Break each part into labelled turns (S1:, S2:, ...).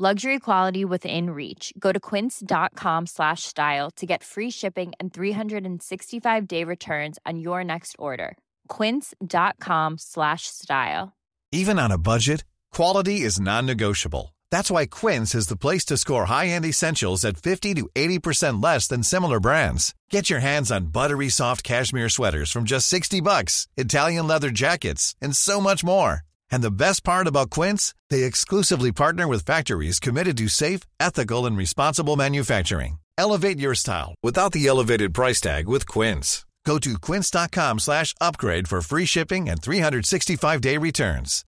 S1: Luxury quality within reach. Go to quince.com slash style to get free shipping and 365 day returns on your next order. Quince.com slash style.
S2: Even on a budget, quality is non-negotiable. That's why Quince is the place to score high-end essentials at 50 to 80% less than similar brands. Get your hands on buttery soft cashmere sweaters from just 60 bucks, Italian leather jackets, and so much more. And the best part about Quince, they exclusively partner with factories committed to safe, ethical, and responsible manufacturing. Elevate your style without the elevated price tag with Quince. Go to quince.com slash upgrade for free shipping and 365-day returns.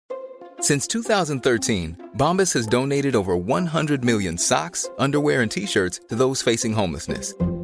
S3: Since 2013, Bombas has donated over 100 million socks, underwear, and t shirts to those facing homelessness.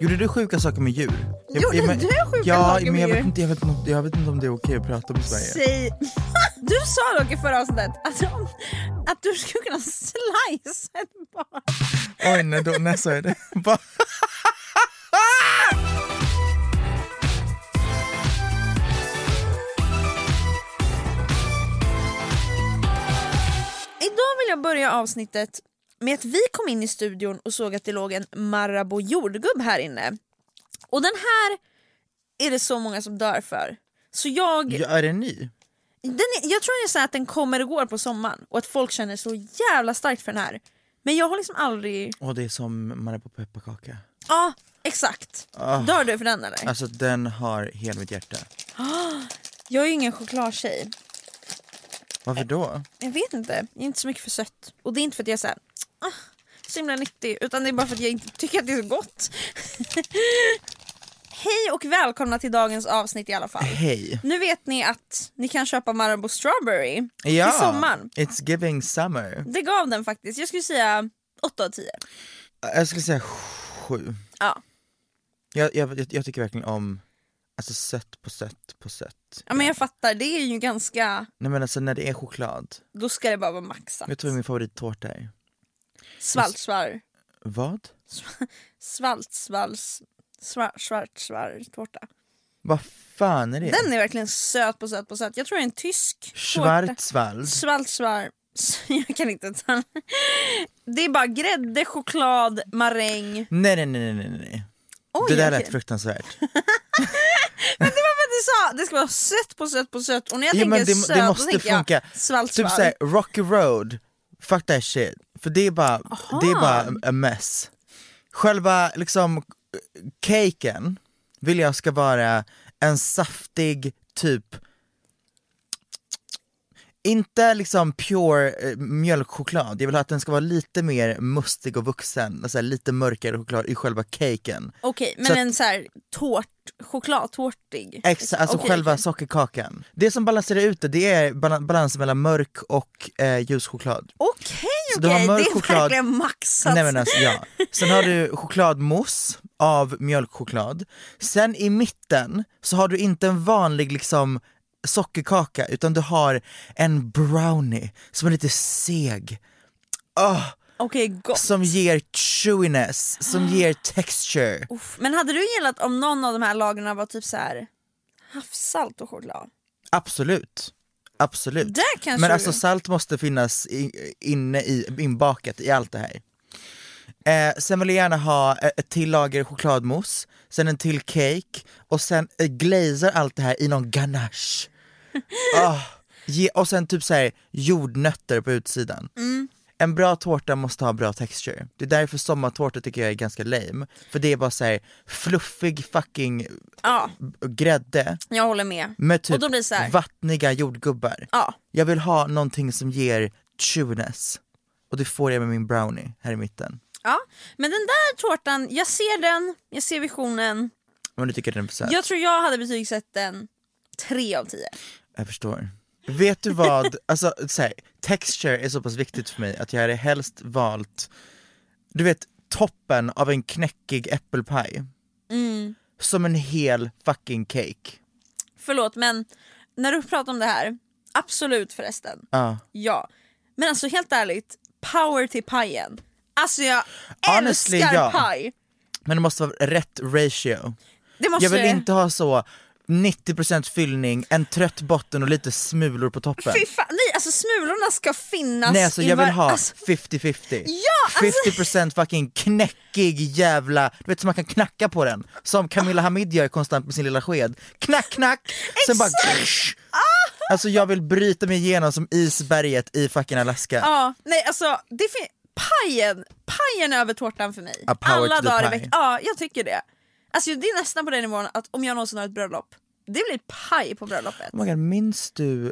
S4: Gjorde du sjuka saker med djur?
S5: Gjorde
S4: men-
S5: du sjuka
S4: ja,
S5: saker
S4: men jag
S5: med djur?
S4: vet inte, jag vet, inte, jag vet inte om det är okej att prata om i Sverige.
S5: Säg... Du sa dock i förra avsnittet att, om- att du skulle kunna slice ett barn.
S4: Oj, nej, då, när sa jag det? Va?
S5: Idag vill jag börja avsnittet med att vi kom in i studion och såg att det låg en Marabou jordgubb här inne. Och den här är det så många som dör för. Så jag,
S4: Ja, är det ny?
S5: den är, jag tror det är så här att den kommer och går på sommaren och att folk känner så jävla starkt för den här. Men jag har liksom aldrig...
S4: Åh, det är som Marabou pepparkaka.
S5: Ja, exakt.
S4: Ah.
S5: Dör du för den eller?
S4: Alltså den har hela mitt hjärta.
S5: Jag är ju ingen chokladtjej.
S4: Varför då?
S5: Jag vet inte. Jag är inte så mycket för sött. Och det är inte för att jag är så, här, ah, så himla nyttig utan det är bara för att jag inte tycker att det är så gott. Hej och välkomna till dagens avsnitt i alla fall.
S4: Hej.
S5: Nu vet ni att ni kan köpa Marabou Strawberry
S4: Ja,
S5: till sommaren.
S4: It's giving summer.
S5: Det gav den faktiskt. Jag skulle säga 8 av 10.
S4: Jag skulle säga sju.
S5: Ja.
S4: Jag, jag, jag, jag tycker verkligen om alltså, sött på sött på sött.
S5: ja, men jag fattar. Det är ju ganska...
S4: Nej men alltså när det är choklad.
S5: Då ska det bara vara maxat.
S4: Vet du vad min favorittårta är?
S5: Svaltsvar.
S4: Vad?
S5: Svaltsvals... Svart, svart, svart tårta.
S4: Vad fan är det?
S5: Den är verkligen söt på söt på söt. Jag tror det är en tysk tårta.
S4: Schwarzwald.
S5: Schwarzwald. Jag kan inte uttala Det är bara grädde, choklad, maräng.
S4: Nej nej nej nej nej, nej.
S5: Oj,
S4: det där
S5: okej.
S4: lät fruktansvärt.
S5: Men du sa det ska vara sött på sött på sött och när jag
S4: Jo,
S5: tänker
S4: men det,
S5: söt
S4: det
S5: då
S4: måste
S5: tänker
S4: funka.
S5: jag Schwarzwald.
S4: Typ såhär, Rocky Road, fuck that shit. För det är bara, det är bara a mess. Själva liksom eh, caken vill jag ska vara en saftig typ inte liksom pure eh, mjölkchoklad, jag vill ha att den ska vara lite mer mustig och vuxen, alltså lite mörkare choklad i själva caken.
S5: Okej, men
S4: Så att-
S5: en så här tårt, chokladtårtig.
S4: Exa, alltså
S5: Okej,
S4: själva
S5: okej.
S4: sockerkakan. Det som balanserar ut det, det är bala- balans mellan mörk och eh, ljus choklad.
S5: Okej,
S4: Så du har
S5: okej, det
S4: mörk
S5: är
S4: choklad.
S5: verkligen maxat.
S4: Nej men alltså ja. Sen har du chokladmousse av mjölkchoklad. Sen i mitten så har du inte en vanlig liksom sockerkaka utan du har en brownie som är lite seg. Åh,
S5: Okej, gott.
S4: som ger chewiness, som ger texture.
S5: Uff, Men hade du gillat om någon av de här lagren var typ så här havssalt och choklad?
S4: Absolut. Absolut.
S5: Där kanske
S4: Men
S5: du-
S4: alltså salt måste finnas i, inne i, inbakat i allt det här. Eh, sen vill jag gärna ha eh, ett till lager chokladmousse, sen en till cake och sen eh, glazar allt det här i någon
S5: Mm.
S4: ganache. Ah, ge, och sen typ så här jordnötter på utsidan. en bra tårta måste ha bra texture. Det är därför sommartårta tycker jag är ganska lame. För det är bara såhär fluffig fucking
S5: Ja,
S4: grädde
S5: jag håller med.
S4: med typ
S5: Och då blir det så här-
S4: vattniga jordgubbar.
S5: Ja,
S4: Jag vill ha någonting som ger chewiness. Och det får jag med min brownie här i mitten.
S5: ja. Men den där tårtan, jag ser den, jag ser visionen.
S4: Om du tycker den är för söt.
S5: Jag tror jag hade betygsatt den 3 av 10.
S4: Jag förstår. Vet du vad, alltså så här, texture är så pass viktigt för mig att jag hade helst valt, du vet toppen av en knäckig äppelpaj.
S5: Mm.
S4: Som en hel fucking cake.
S5: Förlåt men när du pratar om det här, absolut förresten.
S4: Ja.
S5: Ja. Men alltså helt ärligt, power till pajen. Alltså jag
S4: Honestly,
S5: älskar
S4: ja.
S5: paj.
S4: Men det måste vara rätt
S5: Alltså.
S4: ratio.
S5: Det måste...
S4: Jag vill inte ha så 90% fyllning, en trött botten och lite smulor på toppen.
S5: Fy fan, nej alltså smulorna ska finnas
S4: Nej alltså
S5: i
S4: jag vill
S5: var-
S4: ha
S5: alltså,
S4: 50-50.
S5: Ja, alltså-
S4: 50% fucking knäckig jävla, du vet så man kan knacka på den. Som Camilla Hamid gör konstant med sin lilla sked. Knack knack! Sen bara... Alltså jag vill bryta mig igenom som isberget i fucking Alaska.
S5: Ja, nej alltså det fin- pajen, pajen över tårtan för mig.
S4: A power
S5: Alla
S4: to the
S5: dagar i
S4: pie.
S5: veckan. Ja, jag tycker det. Alltså det är nästan på den nivån att om jag någonsin har ett bröllop, det blir paj på bröllopet.
S4: Oh my God, minns du eh,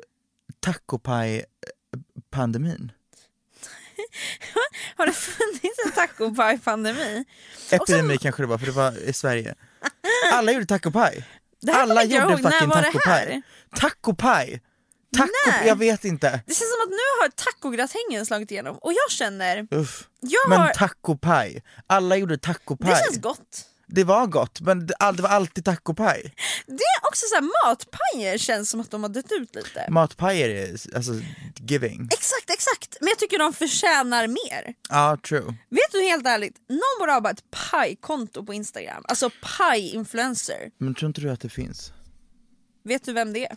S4: tacopaj-pandemin?
S5: Har det funnits en tacopaj-pandemi?
S4: Epidemi kanske det var, för det var i Sverige. Alla gjorde tacopaj.
S5: Det här kommer
S4: Alla
S5: inte jag
S4: gjorde
S5: ihåg. När
S4: fucking
S5: var det
S4: tacopaj.
S5: här?
S4: Tacopaj! Taco,
S5: Nej.
S4: jag vet inte.
S5: Det känns som att nu har tacogratängen slagit igenom och jag känner,
S4: Uff.
S5: jag
S4: Men
S5: har...
S4: tacopaj, alla gjorde tacopaj.
S5: det känns gott.
S4: Det var gott, men det, all, det var alltid tacopaj.
S5: Det är också så här, matpajer känns som att de har dött ut lite.
S4: Matpajer är alltså giving.
S5: Exakt, exakt! Men jag tycker de förtjänar mer.
S4: Ja, true.
S5: Vet du helt ärligt, någon borde ha bara ett pajkonto på Instagram. Alltså paj-influencer.
S4: Men tror inte du att det finns?
S5: Vet du vem det är?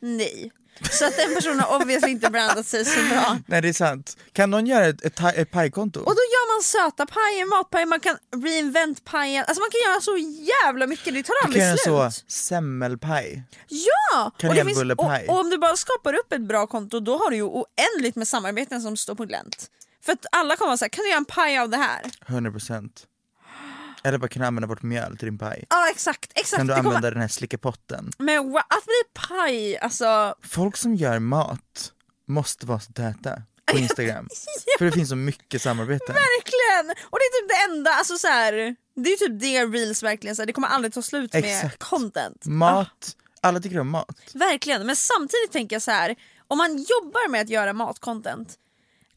S5: Nej. Så att den personen har obviously inte brandat sig så bra.
S4: Nej, det är sant. Kan någon göra ett, ett, ta- ett pajkonto?
S5: Och då gör man söta pajer, matpajer, man kan reinvent pajen. Alltså man kan göra så jävla mycket, det tar
S4: Du kan
S5: aldrig
S4: göra
S5: slut.
S4: så, semmelpaj.
S5: Ja! Och, det finns,
S4: Kanelbullepaj.
S5: och, och om du bara skapar upp ett bra konto då har du ju oändligt med samarbeten som står på glänt. För att alla kommer vara såhär, kan du göra en paj av det här?
S4: 100%. Eller bara kunna använda vårt mjöl till din paj.
S5: Ja exakt, exakt.
S4: Kan du
S5: Alltså, det kommer-
S4: använda den här slickepotten?
S5: Men wa- att bli paj, alltså
S4: Folk som gör mat måste vara så täta på Instagram. För det finns så mycket samarbete.
S5: verkligen! Och det är typ det enda, alltså så här, det är typ det reels verkligen, så här, det kommer aldrig ta slut med
S4: Exakt.
S5: content.
S4: Mat, alla tycker om mat.
S5: Verkligen, men samtidigt tänker jag så här. om man jobbar med att göra matcontent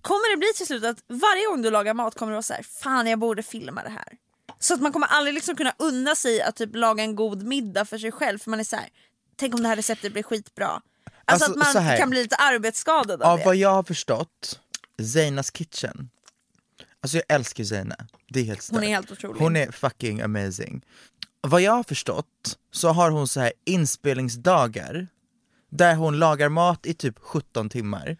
S5: kommer det bli till slut att varje gång du lagar mat kommer du vara så här, fan jag borde filma det här. Så att man kommer aldrig liksom kunna unna sig att typ laga en god middag för sig själv för man är så här, tänk om det här receptet blir skitbra. Alltså,
S4: Alltså,
S5: att
S4: så
S5: man
S4: här.
S5: kan bli lite arbetsskadad av
S4: Av
S5: det.
S4: vad jag har förstått, Zeinas kitchen. Alltså jag älskar Zeina, det är helt stört.
S5: Hon är helt otrolig.
S4: Hon är fucking amazing. Vad jag har förstått så har hon så här inspelningsdagar där hon lagar mat i typ 17 timmar.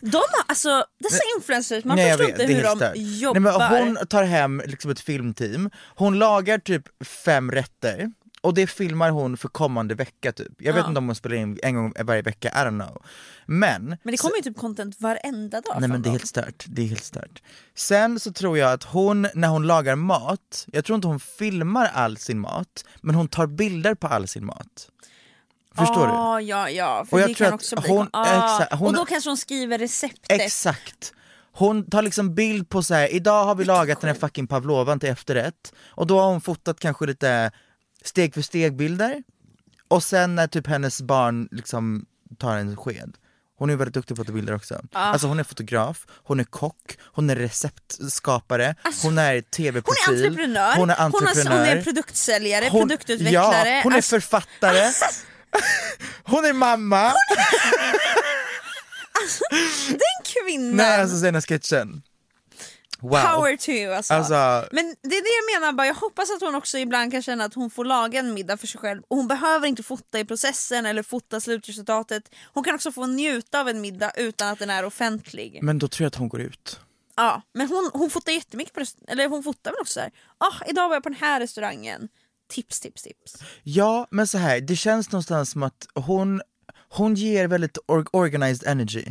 S5: De har, alltså, dessa influencers, man
S4: Nej, jag
S5: förstår
S4: vet,
S5: inte
S4: det är
S5: hur de
S4: helt stört.
S5: jobbar.
S4: Nej, men hon tar hem liksom ett filmteam, hon lagar typ fem rätter och det filmar hon för kommande vecka typ. Jag vet inte om hon spelar in en gång varje vecka, I don't know. Men
S5: Men det kommer ju typ content varenda dag
S4: Nej men
S5: från
S4: det är
S5: dem.
S4: helt stört, det är helt stört. Sen så tror jag att hon, när hon lagar mat, jag tror inte hon filmar all sin mat, men hon tar bilder på all sin mat. Förstår du?
S5: Ja, Ah, ja, ja. För
S4: Och
S5: det
S4: jag tror
S5: kan
S4: att
S5: också bli
S4: hon-
S5: kon- ah,
S4: exakt, hon-
S5: Och då kanske hon skriver receptet.
S4: Exakt. Hon tar liksom bild på så här. idag har vi lagat den här fucking pavlovan till efterrätt och då har hon fotat kanske lite steg för steg bilder och sen när typ hennes barn liksom tar en sked. Hon är väldigt duktig på att ta bilder också.
S5: Ah.
S4: Alltså hon är fotograf, hon är kock, hon är receptskapare, hon är
S5: Alltså, hon är
S4: tv-profil,
S5: entreprenör,
S4: hon är
S5: Hon, har, hon är
S4: entreprenör,
S5: produktsäljare,
S4: Hon-
S5: produktutvecklare.
S4: Ja, hon är
S5: alltså,
S4: författare, hon är mamma.
S5: den kvinnan!
S4: Nej alltså den här sketchen. Wow.
S5: Power to you alltså.
S4: Alltså-
S5: Men det är det jag menar, bara, jag hoppas att hon också ibland kan känna att hon får laga en middag för sig själv och hon behöver inte fota i processen eller fota slutresultatet. Hon kan också få njuta av en middag utan att den är offentlig.
S4: Men då tror jag att hon går ut.
S5: Ja, men hon, hon fotar jättemycket på restaurang, eller hon fotar väl också såhär, ah idag var jag på den här restaurangen. Tips, tips, tips.
S4: Ja, men så här, det känns någonstans som att hon, hon ger väldigt or- organized energy.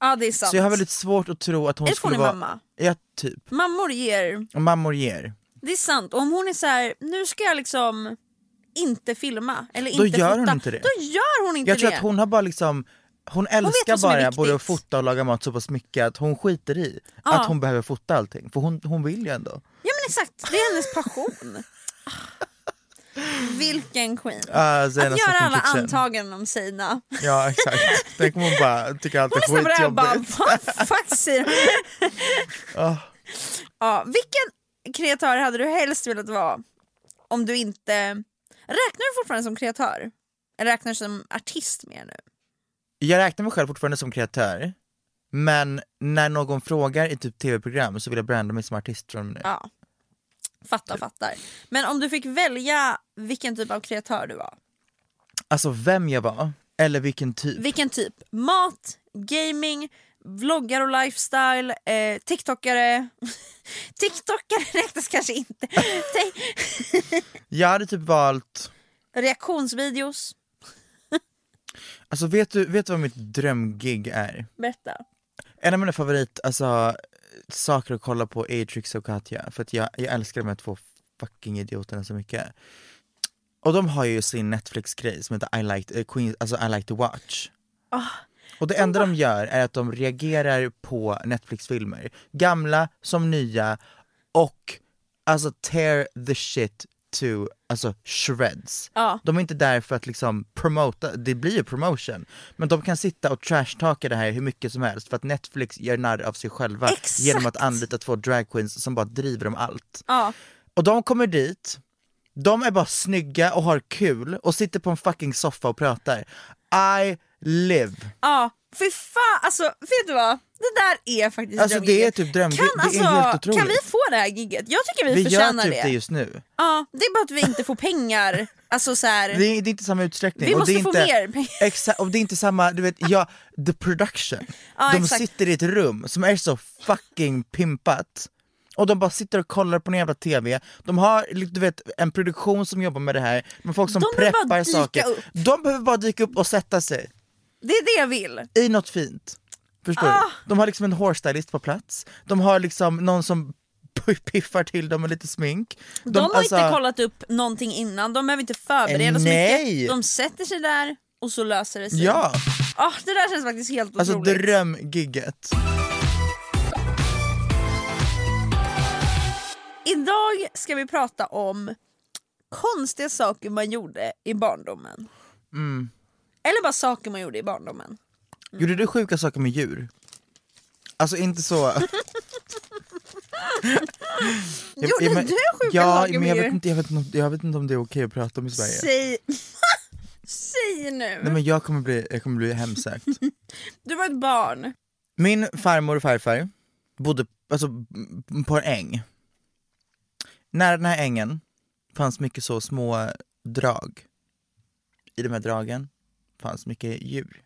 S5: Ja det är sant.
S4: Så jag har väldigt svårt att tro att hon
S5: Är det
S4: skulle
S5: hon är
S4: vara...
S5: mamma?
S4: Ja, typ.
S5: Mammor ger,
S4: Och mammor ger.
S5: det är sant. Om hon är så här, nu ska jag liksom inte filma eller
S4: Då
S5: inte
S4: gör
S5: fota.
S4: hon inte det.
S5: Då gör hon inte
S4: Jag tror
S5: det.
S4: att hon har bara liksom hon älskar
S5: vad som är
S4: bara
S5: viktigt.
S4: både att fota och laga mat så pass mycket att hon skiter i att hon behöver fota allting. För hon, hon vill ju ändå.
S5: Ja men exakt, det är hennes passion. Ah. Vilken queen.
S4: Ah, Zayn
S5: att
S4: has
S5: göra
S4: fucking
S5: alla
S4: kitchen.
S5: antaganden om Sina.
S4: Ja exakt. Tänk om hon bara tycker allt är
S5: Hon lyssnar på det här och bara,
S4: skitjobbigt.
S5: vad fuck säger hon?
S4: Ah.
S5: Ja, vilken kreatör hade du helst velat vara om du inte... Räknar du fortfarande som kreatör? Eller räknar du som artist mer nu?
S4: Jag räknar mig själv fortfarande som kreatör. Men när någon frågar i typ tv-program så vill jag branda mig som artist från och med nu.
S5: Ja. Fattar, fattar. Men om du fick välja vilken typ av kreatör du var?
S4: Alltså vem jag var, eller vilken typ.
S5: Vilken typ? Mat, gaming, vloggar och lifestyle, eh, tiktokare. tiktokare räknas kanske inte. Tänk-
S4: Jag hade typ valt
S5: Reaktionsvideos.
S4: Alltså vet du, vet du vad mitt drömgig är?
S5: Berätta.
S4: En av mina favorit, alltså, saker att kolla på är Trix och Katja, för att jag, jag älskar de här två fucking idioterna så mycket. Och de har ju sin Netflix-grej som heter I like, eh, Queen, alltså I like to watch.
S5: Ah,
S4: och det enda de gör är att de reagerar på Netflix-filmer, gamla som nya, och alltså tear the shit to alltså shreds.
S5: Ja.
S4: De är inte där för att liksom promota, det blir ju promotion, men de kan sitta och trashtalka det här hur mycket som helst för att Netflix gör narr av sig själva
S5: Exakt.
S4: genom att anlita två dragqueens som bara driver om allt.
S5: Ja.
S4: Och de kommer dit, de är bara snygga och har kul och sitter på en fucking soffa och pratar. I live!
S5: Ja, fy fan, alltså vet du vad? Det där är faktiskt
S4: Alltså,
S5: drömgigget.
S4: det är typ dröm-
S5: kan, alltså,
S4: det- det är helt otroligt.
S5: Kan vi få det här gigget? Jag tycker vi,
S4: Vi gör
S5: förtjänar
S4: typ
S5: det.
S4: det. just nu.
S5: Ja, det är bara att vi inte får pengar. Alltså så här,
S4: Det är, det är inte samma utsträckning.
S5: Vi
S4: och det
S5: måste
S4: är
S5: få
S4: inte,
S5: mer pengar.
S4: Exa, och det är inte samma, du vet, ja, the production.
S5: Ja,
S4: de
S5: exakt.
S4: sitter i ett rum som är så fucking pimpat. Och de bara sitter och kollar på en jävla TV, de har du vet, en produktion som jobbar med det här, med folk som
S5: De behöver bara
S4: preppar
S5: dyka
S4: saker.
S5: upp.
S4: De behöver bara dyka upp och sätta sig
S5: det är det jag vill.
S4: i något fint. Förstår
S5: Ah!
S4: du? De har liksom en hairstylist på plats, de har liksom någon som p- piffar till dem med lite smink.
S5: De, har
S4: alltså-
S5: inte kollat upp någonting innan, de behöver inte förbereda så
S4: Nej.
S5: mycket. De sätter sig där och så löser det sig.
S4: Ja,
S5: Ah, det där känns faktiskt helt
S4: alltså
S5: otroligt.
S4: drömgigget.
S5: Idag ska vi prata om konstiga saker man gjorde i barndomen.
S4: Mm.
S5: Eller bara saker man gjorde i barndomen.
S4: Gjorde du sjuka saker med djur? Alltså inte så... Jag-
S5: Gjorde
S4: jag men-
S5: du sjuka
S4: Typ ja,
S5: saker
S4: men
S5: med
S4: jag
S5: djur?
S4: Vet inte, jag, vet inte, om- jag vet inte om det är okej att prata om i Sverige.
S5: Säg, Säg nu!
S4: Nej men jag kommer bli, jag kommer bli hemsökt.
S5: Du var ett barn.
S4: Min farmor och farfar bodde alltså, m- på en äng. Nära den här ängen fanns mycket så små drag. I de här dragen fanns mycket djur.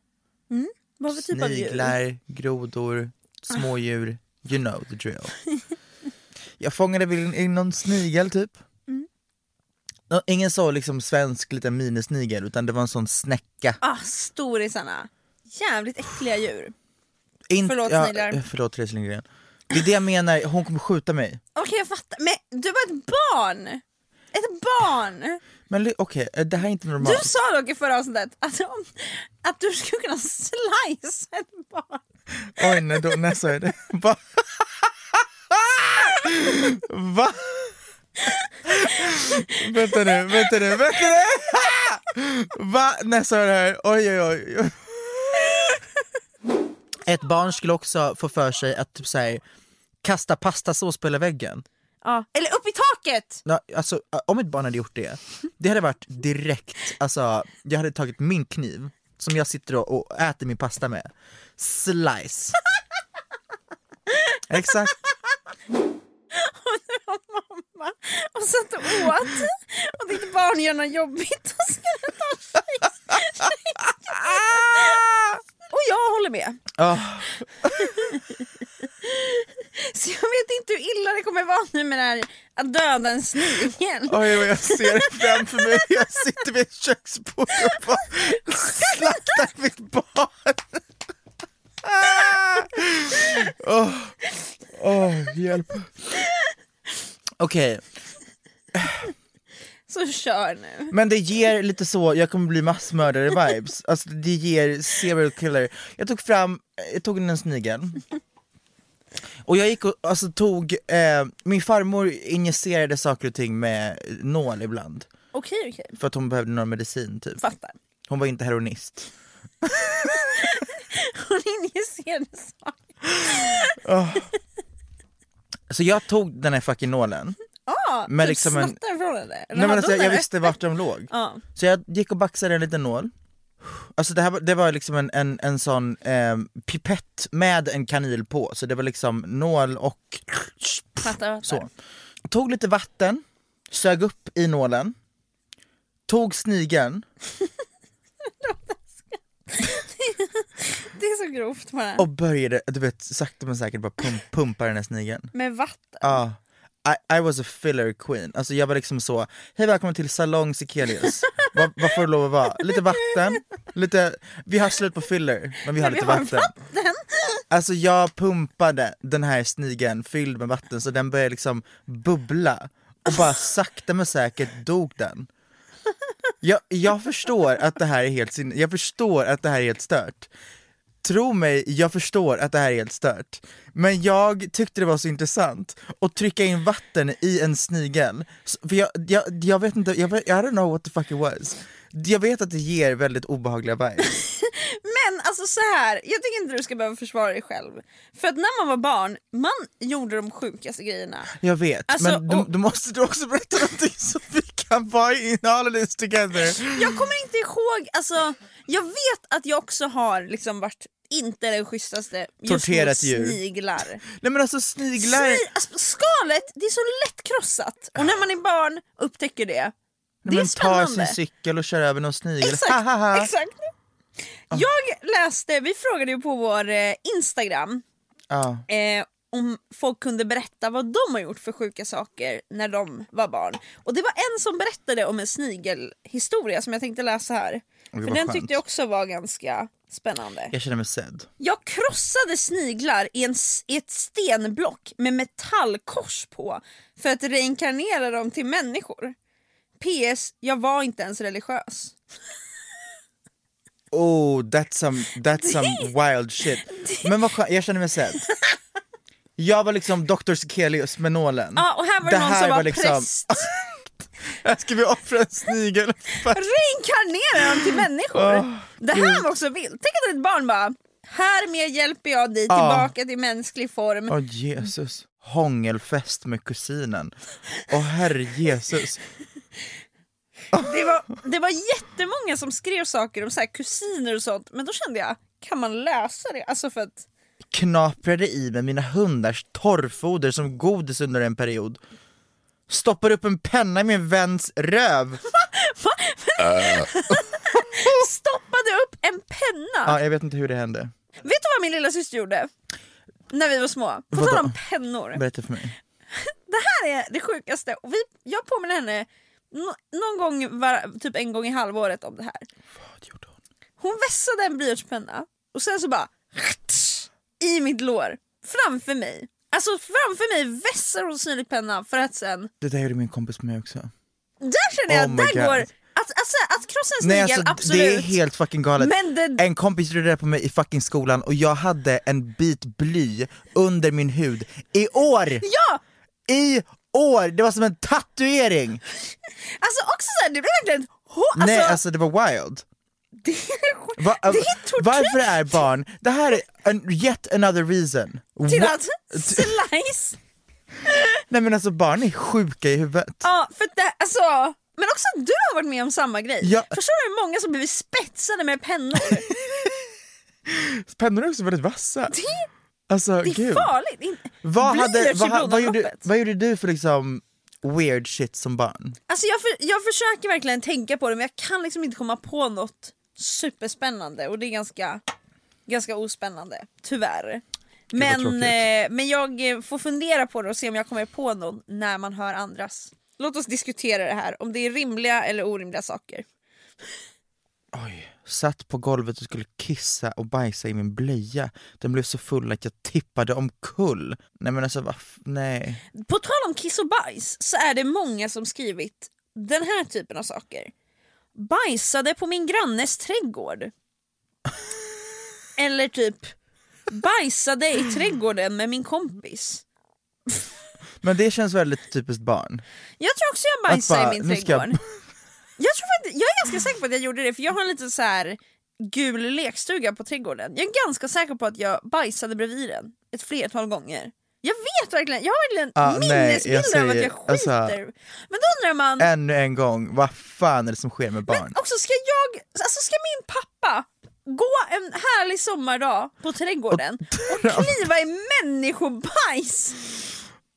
S5: Vad för typ av djur? Ah.
S4: Sniglar, grodor, smådjur. You know the drill. Jag fångade väl in någon snigel typ.
S5: Mm.
S4: Nå- Ingen så liksom svensk liten minisnigel utan det var en sån snäcka.
S5: Ah, storisarna. Jävligt äckliga djur.
S4: In-
S5: Förlåt,
S4: ja,
S5: sniglar.
S4: eh, Förlåt Therese Lindgren. Det är det jag menar, hon kommer skjuta mig.
S5: Okej jag fattar, men du var ett barn! Ett barn!
S4: Men li- okej, eh, det här är inte
S5: Du
S4: normalt.
S5: sa dock i förra avsnittet att, om- att du skulle kunna slice ett barn.
S4: Oj, nej, då, när sa jag det? Va? Va? vänta nu, vänta nu, vänta nu! Va? När sa jag det här? Oj, oj, oj. Ett barn skulle också få för sig att typ så här, kasta pastasås på hela väggen.
S5: Ja. Eller upp i taket!
S4: Ja, Alltså, om ett barn hade gjort det, det hade varit direkt, alltså, jag hade tagit min kniv som jag sitter och, och äter min pasta med, slice. Exakt.
S5: Och mamma och satt och åt och ditt barn gör något jobbigt och ska du ta shake- shake. Och jag håller med.
S4: Ah,
S5: Så jag vet inte hur illa det kommer vara nu med det här Att döda en snigel.
S4: Oj, vad jag ser det framför mig. Jag sitter vid ett köksbord och bara slaktar mitt barn. Åh, åh, hjälp. Okej,
S5: Så kör nu.
S4: men det ger lite så, jag kommer bli massmördare-vibes. Alltså det ger serial killer. Jag tog fram, jag tog en snigel. Och jag gick och alltså, tog, eh, min farmor injicerade saker och ting med nål ibland.
S5: Okej, okej.
S4: För att hon behövde någon medicin typ.
S5: Fattar.
S4: Hon var inte heroinist.
S5: Hon injicerade saker.
S4: Så jag tog den här fucking nålen.
S5: Ja,
S4: Men
S5: typ
S4: liksom en-
S5: snotten från henne. Eller
S4: Nej,
S5: hade
S4: men alltså,
S5: hon
S4: jag, jag
S5: det?
S4: visste vart de låg.
S5: Ja.
S4: Så jag gick och baxade en liten nål. Alltså det, här, var- det var liksom en, en, en sån eh, pipett med en kanil på, så det var liksom nål och
S5: Fattar, fattar.
S4: så. Tog lite vatten, sög upp i nålen, tog snigeln
S5: Det är så grovt bara.
S4: och började, du vet sakta men säkert bara pump, pumpa den här snigeln.
S5: Med vatten.
S4: Ja. I, I was a filler queen. Alltså jag var liksom så, hej välkommen till Salong Sekelius. Vad vad får du lov att vara? Lite vatten, lite, vi har slut på filler, men vi har
S5: Men vi
S4: lite
S5: har
S4: vatten. Alltså jag pumpade den här snigeln fylld med vatten så den började liksom bubbla och bara sakta men säkert dog den. Jag, jag förstår att det här är helt sin, jag förstår att det här är helt stört. Tro mig, jag förstår att det här är helt stört. Men jag tyckte det var så intressant att trycka in vatten i en snigel. S- För jag, jag, jag vet inte, jag, vet- I don't know what the fuck it was. Jag vet att det ger väldigt obehagliga vibes.
S5: Men alltså så här, jag tycker inte du ska behöva försvara dig själv. För att när man var barn, man gjorde de sjukaste grejerna.
S4: Jag vet,
S5: Alltså,
S4: men du,
S5: och-
S4: du måste du också berätta någonting så vi kan buy in all of this together.
S5: Jag kommer inte ihåg, alltså jag vet att jag också har liksom varit inte den schysstaste just mot
S4: Torterat djur.
S5: sniglar.
S4: Nej men alltså sniglar,
S5: Sni- alltså, skalet, det är så lättkrossat och när man är barn upptäcker det.
S4: Nej,
S5: det är
S4: men tar
S5: spännande.
S4: sin cykel och kör över någon snigel. Ha, ha, ha. Ah.
S5: Exakt, exakt. Jag läste, vi frågade ju på vår eh, Instagram
S4: Ja.
S5: eh, om folk kunde berätta vad de har gjort för sjuka saker när de var barn. Och det var en som berättade om en snigelhistoria som jag tänkte läsa här.
S4: Det
S5: För
S4: var
S5: den
S4: skönt.
S5: tyckte jag också var ganska spännande.
S4: Jag känner mig sedd.
S5: Jag krossade sniglar i, en, s- i ett stenblock med metallkors på för att reinkarnera dem till människor. PS. Jag var inte ens religiös.
S4: Oh, that's some, that's some wild shit. Men vad skönt, jag känner mig sedd. Jag var liksom Dr. Sekelius med nålen.
S5: Ja, och här var Mm. det, någon som var, liksom- präst.
S4: liksom- här ska vi offra en snigel. För-
S5: Reinkarnera dem till människor!
S4: Åh,
S5: det här var också vilt. Tänk att ett barn bara Härmed hjälper jag dig
S4: Ja.
S5: tillbaka till mänsklig form.
S4: Åh Jesus. Hångelfest med kusinen. Åh herre Jesus.
S5: Det, var, det var jättemånga som skrev saker om så här kusiner och sånt, men då kände jag, kan man lösa det? Alltså för att
S4: Knaprade i mig mina hundars torrfoder som godis under en period. Stoppar upp en penna i min väns röv.
S5: stoppade upp en penna.
S4: Ja, jag vet inte hur det hände.
S5: Vet du vad min lilla syster gjorde? När vi var små. På
S4: Vadå?
S5: tal om pennor.
S4: Berätta för mig.
S5: Det här är det sjukaste. Och vi, jag påminner henne no, någon gång, var, typ en gång i halvåret om det här.
S4: Vad gjorde hon?
S5: Hon vässade en blyertspenna och sen så bara i mitt lår. Framför mig. Alltså framför mig vässar hon synligt penna för att sen...
S4: Det där gjorde min kompis med mig också.
S5: Där känner jag,
S4: Oh my
S5: där
S4: God.
S5: går... Att, alltså, att krossa en
S4: Nej
S5: snigel,
S4: alltså
S5: absolut.
S4: det är helt fucking galet.
S5: Men det-
S4: En kompis gjorde det på mig i fucking skolan och jag hade en bit bly under min hud i år!
S5: Ja!
S4: I år! Det var som en tatuering!
S5: Alltså också såhär, det blir verkligen... Alltså,
S4: Nej alltså det var wild.
S5: det är sjukt.
S4: Va- alltså,
S5: Det är tortyr.
S4: varför är barn, det här är en, yet another reason.
S5: till
S4: Wha-
S5: att slice.
S4: Nej men alltså barn är sjuka i huvudet.
S5: Ja, för det, alltså, men också att du har varit med om samma grej.
S4: Ja.
S5: Förstår du hur många som blivit spetsade med pennor?
S4: Pennor är också väldigt vassa.
S5: Det,
S4: Alltså
S5: det är
S4: gud.
S5: farligt. In-
S4: Vad, hade,
S5: Blyerts i
S4: vad, ha- vad, gjorde,
S5: blodomloppet.
S4: vad gjorde du för liksom weird shit som barn?
S5: Alltså, jag, för, jag försöker verkligen tänka på det men jag kan liksom inte komma på något superspännande och det är ganska, ganska ospännande. Tyvärr. Men,
S6: tråkigt.
S5: eh, men jag får fundera på det och se om jag kommer på någon när man hör andras. Låt oss diskutera det här, om det är rimliga eller orimliga saker.
S4: Oj. Satt på golvet och skulle kissa och bajsa i min blöja. Den blev så full att jag tippade omkull. Nej men alltså, varf- nej.
S5: På tal om kiss och bajs så är det många som skrivit den här typen av saker. Bajsade på min grannes trädgård. Eller typ bajsade i trädgården med min kompis.
S4: Men det känns väldigt typiskt barn.
S5: Jag tror också jag bajsade
S4: bara,
S5: i min
S4: nu ska jag-
S5: trädgård. Jag... tror faktiskt, jag är ganska säker på att jag gjorde det för jag har en liten så här gul lekstuga på trädgården. Jag är ganska säker på att jag bajsade bredvid den ett flertal gånger. Jag vet verkligen, jag har verkligen
S4: Ah, nej, jag
S5: minnesbilder av att
S4: säger-
S5: jag
S4: alltså-
S5: skiter. Men då undrar man,
S4: Ännu en gång, vad fan är det som sker med barn?
S5: också ska jag, alltså ska min pappa gå en härlig sommardag på trädgården och kliva i människobajs?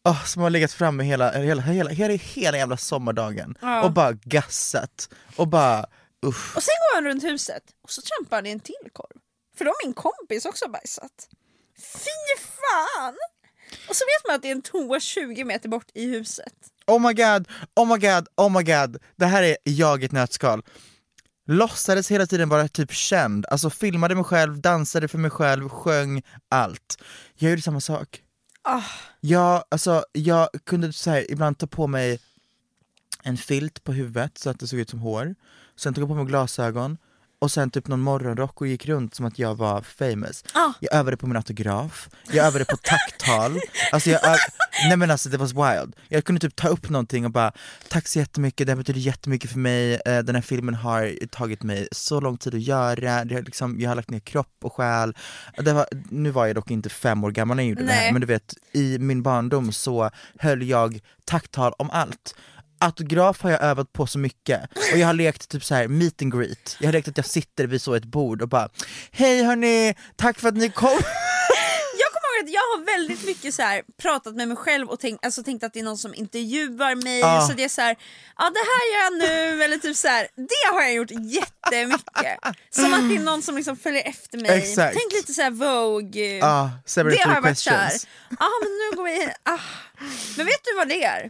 S4: Åh, som har legat framme hela, hela, hela, hela, hela jävla sommardagen
S5: Ja.
S4: och bara gassat och bara usch.
S5: Och sen går han runt huset och så trampar han i en till korv. För då har min kompis också bajsat. Fy fan! Och så vet man att det är en toa 20 meter bort i huset.
S4: Oh my god, oh my god, oh my god. Det här är jag i ett nötskal. Låtsades hela tiden vara typ känd, alltså filmade mig själv, dansade för mig själv, sjöng allt. Jag gjorde samma sak.
S5: Ah.
S4: Jag, alltså, jag kunde så här, ibland ta på mig en filt på huvudet så att det såg ut som hår. Sen tog jag på mig glasögon och sen typ någon morgonrock och gick runt som att jag var famous.
S5: Ah.
S4: Jag övade på min autograf, jag övade på tacktal. Alltså jag öv... Nej men alltså det var wild. Jag kunde typ ta upp någonting och bara tack så jättemycket, det här betyder jättemycket för mig, Eh, den här filmen har tagit mig så lång tid att göra, det har liksom, jag har lagt ner kropp och själ. Det var... Nu var jag dock inte fem år gammal när jag gjorde det
S5: Nej.
S4: här men du vet i min barndom så höll jag tacktal om allt. Autograf har jag övat på så mycket och jag har lekt typ så här meet and greet. Jag har lekt att jag sitter vid så ett bord och bara Hej hörni, tack för att ni kom!
S5: Jag kommer ihåg att jag har väldigt mycket så här, pratat med mig själv och tänkt, alltså, tänkt att det är någon som intervjuar mig.
S4: Ah.
S5: Så det är så här, ja det här gör jag nu, eller typ så här, det har jag gjort jättemycket. Som att det är någon som liksom följer efter mig.
S4: Exakt.
S5: Tänk lite så här Vogue. eh,
S4: Ja,
S5: Det har
S4: celebratory
S5: jag varit såhär,
S4: questions.
S5: ah, men nu går vi ah. Men vet du vad det är?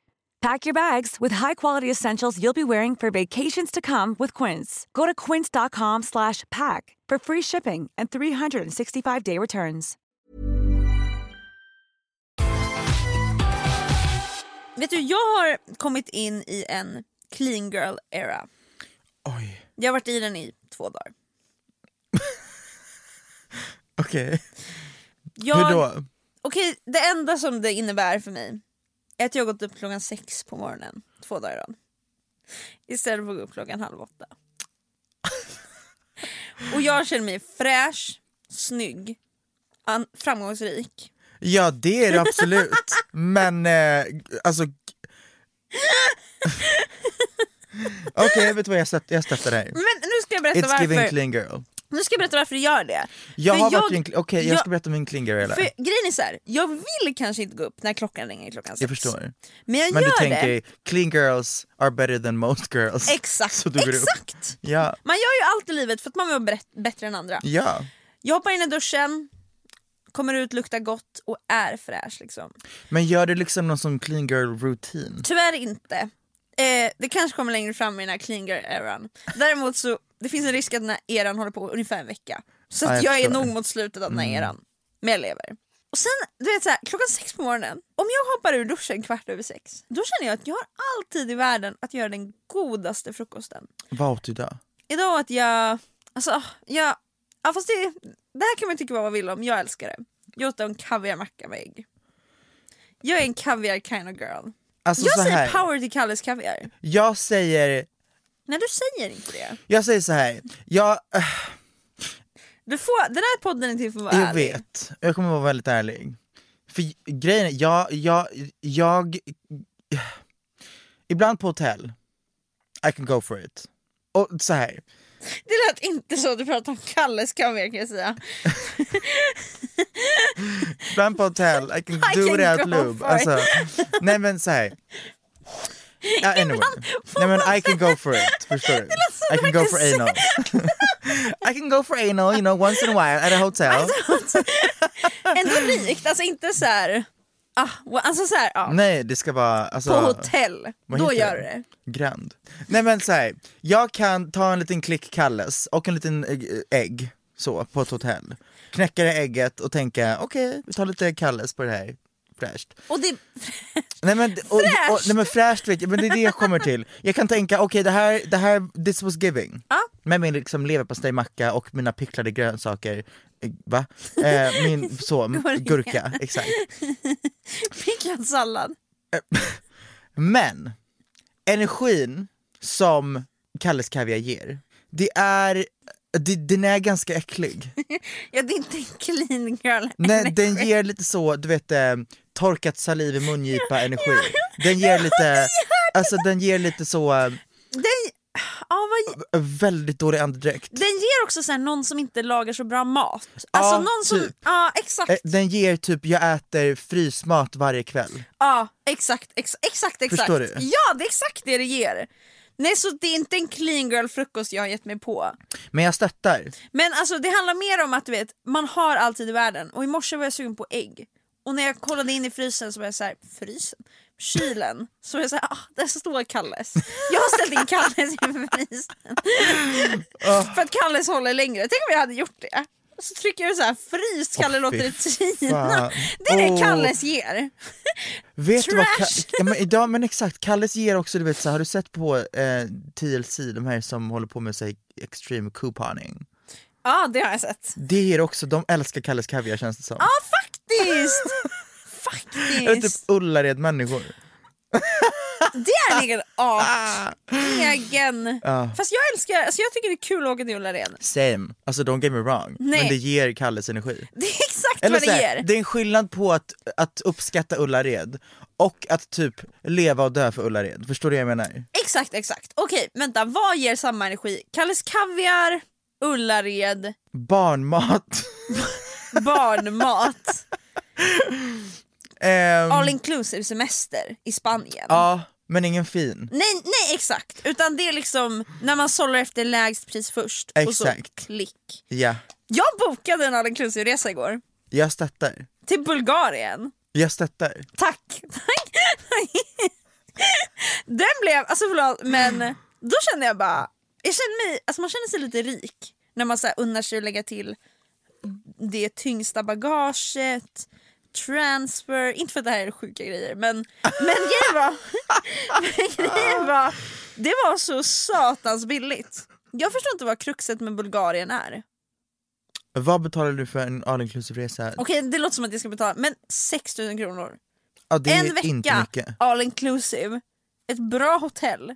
S7: Pack your bags with high-quality essentials you'll be wearing for vacations to come with Quince. Go to quince.com slash pack for free shipping and 365-day returns.
S5: Vet du, jag har kommit in i en clean girl era.
S4: Oj,
S5: Jag har varit i den i två dagar.
S4: okej.
S5: Jag,
S4: Hur då?
S5: Okej, det enda som det innebär för mig är att jag har gått upp klockan sex på morgonen två dagar i rad. Istället för att gå upp klockan halv åtta. Och jag känner mig fräsch, snygg, an- framgångsrik.
S4: Ja det är det absolut, men eh, alltså... g- Okej, vet du vad jag, stöt, jag stöttar dig.
S5: Men nu ska jag berätta
S4: It's giving
S5: varför.
S4: clean girl.
S5: Nu ska jag berätta varför jag gör det.
S4: Jag
S5: För
S4: har
S5: jag-
S4: varit i en... cl- Okej, jag,
S5: jag-
S4: ska berätta om min clean girl eller?
S5: För grejen är så här, jag vill kanske inte gå upp när klockan ringer klockan sex.
S4: Jag förstår.
S5: Men jag
S4: Men du
S5: gör
S4: tänker,
S5: det.
S4: clean girls are better than most girls.
S5: Exakt,
S4: Så du går upp.
S5: exakt!
S4: Ja,
S5: Man gör ju allt i livet för att man vill vara brett- bättre än andra.
S4: ja.
S5: Jag hoppar in i duschen, kommer ut, luktar gott och är fräsch. Liksom.
S4: Men gör du liksom någon sån clean girl routine?
S5: Tyvärr inte. Eh, det kanske kommer längre fram i den här clean girl eran. Däremot så det finns en risk att den här eran håller på ungefär en vecka. Så
S4: Ja,
S5: att
S4: jag
S5: jag, är
S4: förstår. Mm.
S5: nog mot slutet av den här eran. Men jag lever. Och sen, du vet så här, klockan sex på morgonen, om jag hoppar ur duschen kvart över sex, då känner jag att jag har all tid i världen att göra den godaste frukosten.
S4: Vad åt du idag?
S5: Idag att jag, alltså jag, ja fast det, det här kan man tycka vad man vill om, jag älskar det. Jag åt en kaviarmacka med ägg. Jag är en kaviar kind of girl.
S4: Alltså
S5: jag
S4: så
S5: säger
S4: här.
S5: power till Kalles kaviar.
S4: Jag säger,
S5: Nej du säger inte det.
S4: jag säger så här. Jag, äh,
S5: Du får, den här podden är till för att vara
S4: eh, jag
S5: ärlig.
S4: vet, jag kommer vara väldigt ärlig. För j- grejen är, jag, jag, jag, eh, ibland på hotell, I can go for it. Och så här.
S5: Det lät inte så att du pratade om Kalles kaviar kan jag säga.
S4: Ibland på hotell, I can
S5: I
S4: do
S5: can
S4: without
S5: go
S4: lube.
S5: for
S4: Alltså, nej men såhär. Uh, anyway. Nej men I can go for it, förstår du? I can go for anal. I can go for anal, you know, once in a while at a hotel.
S5: Alltså-
S4: Ah.
S5: Ändå rikt, alltså inte så här. Ah, well, alltså så här, ja.
S4: Nej det ska vara alltså,
S5: på hotell.
S4: vad
S5: Då
S4: heter
S5: gör du
S4: det?
S5: det.
S4: grand. Nej men såhär, jag kan ta en liten klick Kalles och en liten ägg- ägg så på ett hotell. Knäcka det ägget och tänka okej vi tar lite Kalles på det här, fräscht.
S5: Och det,
S4: Nej men, och, och,
S5: Fräscht!
S4: nej men fräscht vet jag, men det är det jag kommer till. Jag kan tänka, okej det här, det här, this was giving. Med min liksom leverpastejmacka och mina picklade grönsaker, Eh, va? Eh, min så, gurka, exakt.
S5: picklad sallad.
S4: Men, energin som Kalles Kaviar ger, det är, det, den är ganska äcklig.
S5: Ja, det är inte en clean girl.
S4: Nej, den ger lite så, du vet, eh, torkat saliv i mungipa energi. Den ger lite, alltså den ger lite så, eh,
S5: Den, ja, vad,
S4: väldigt dålig andedräkt.
S5: den ger också så här, någon som inte lagar så bra mat. Alltså
S4: Ja,
S5: någon som,
S4: typ.
S5: ja exakt,
S4: Eh, Den ger typ, jag äter frysmat varje kväll.
S5: ja exakt, ex, exakt, exakt.
S4: Förstår du?
S5: Ja, det är exakt det det ger. Nej, så det är inte en clean girl frukost jag har gett mig på.
S4: Men jag stöttar.
S5: Men alltså det handlar mer om att du vet, man har alltid i världen och i morse var jag sugen på ägg. Och när jag kollade in i frysen så var jag så här, frysen? Kylen. Så var jag såhär, ah, där står Kalles. Jag har ställt in Kalles i frysen.
S4: Ah.
S5: För att Kalles håller längre. Tänk om jag hade gjort det. Och så trycker jag så här, frys, Kalle
S4: Åh,
S5: låter
S4: fy
S5: det tina.
S4: fan.
S5: Det är det
S4: Åh.
S5: Kalles ger.
S4: Vet du vad
S5: Trash!
S4: Ka- ja, men, idag, men exakt, Kalles ger också, du vet, så, här, har du sett på eh, TLC, de här som håller på med så, här, extreme couponing?
S5: Ja, det har jag sett.
S4: Det ger också, de älskar Kalles Kaviar känns det som.
S5: Ja, faktiskt!
S4: Eller typ
S5: faktiskt.
S4: Ullared-människor.
S5: Det är en egen art. Egen.
S4: Ah, Ja.
S5: Fast jag älskar, alltså jag tycker det är kul att åka till Ullared.
S4: Same, alltså don't get me wrong,
S5: Nej.
S4: men det ger Kalles energi.
S5: Det är exakt
S4: Eller
S5: vad
S4: så
S5: det
S4: här,
S5: ger.
S4: det är en skillnad på att, att uppskatta Ullared och att typ leva och dö för Ullared, förstår du vad jag menar?
S5: Exakt, exakt. Okej, vänta. Vad ger samma energi? Kalles kaviar, Ullared,
S4: Barnmat.
S5: barnmat,
S4: Ehm,
S5: all inclusive semester i Spanien.
S4: Ja, men ingen fin.
S5: Nej, nej, exakt. Utan det är liksom när man sållar efter lägst pris först och så
S4: Exakt.
S5: klick.
S4: Ja,
S5: Jag bokade en all inclusive resa igår
S4: jag stöttar.
S5: till Bulgarien.
S4: Jag stöttar.
S5: Tack. Tack. Den blev, alltså förlåt men då kände jag bara, jag kände mig, alltså man känner sig lite rik när man så här unnar sig att lägga till det tyngsta bagaget, transfer, inte för att det här är sjuka grejer men, men grejen var, men grejen var, det var så satans billigt. Jag förstår inte vad kruxet med Bulgarien är.
S4: Vad betalar du för en all inclusive resa?
S5: Okej det låter som att jag ska betala, men 6 000 kronor.
S4: ja, det är
S5: en vecka
S4: inte mycket.
S5: all inclusive, ett bra hotell,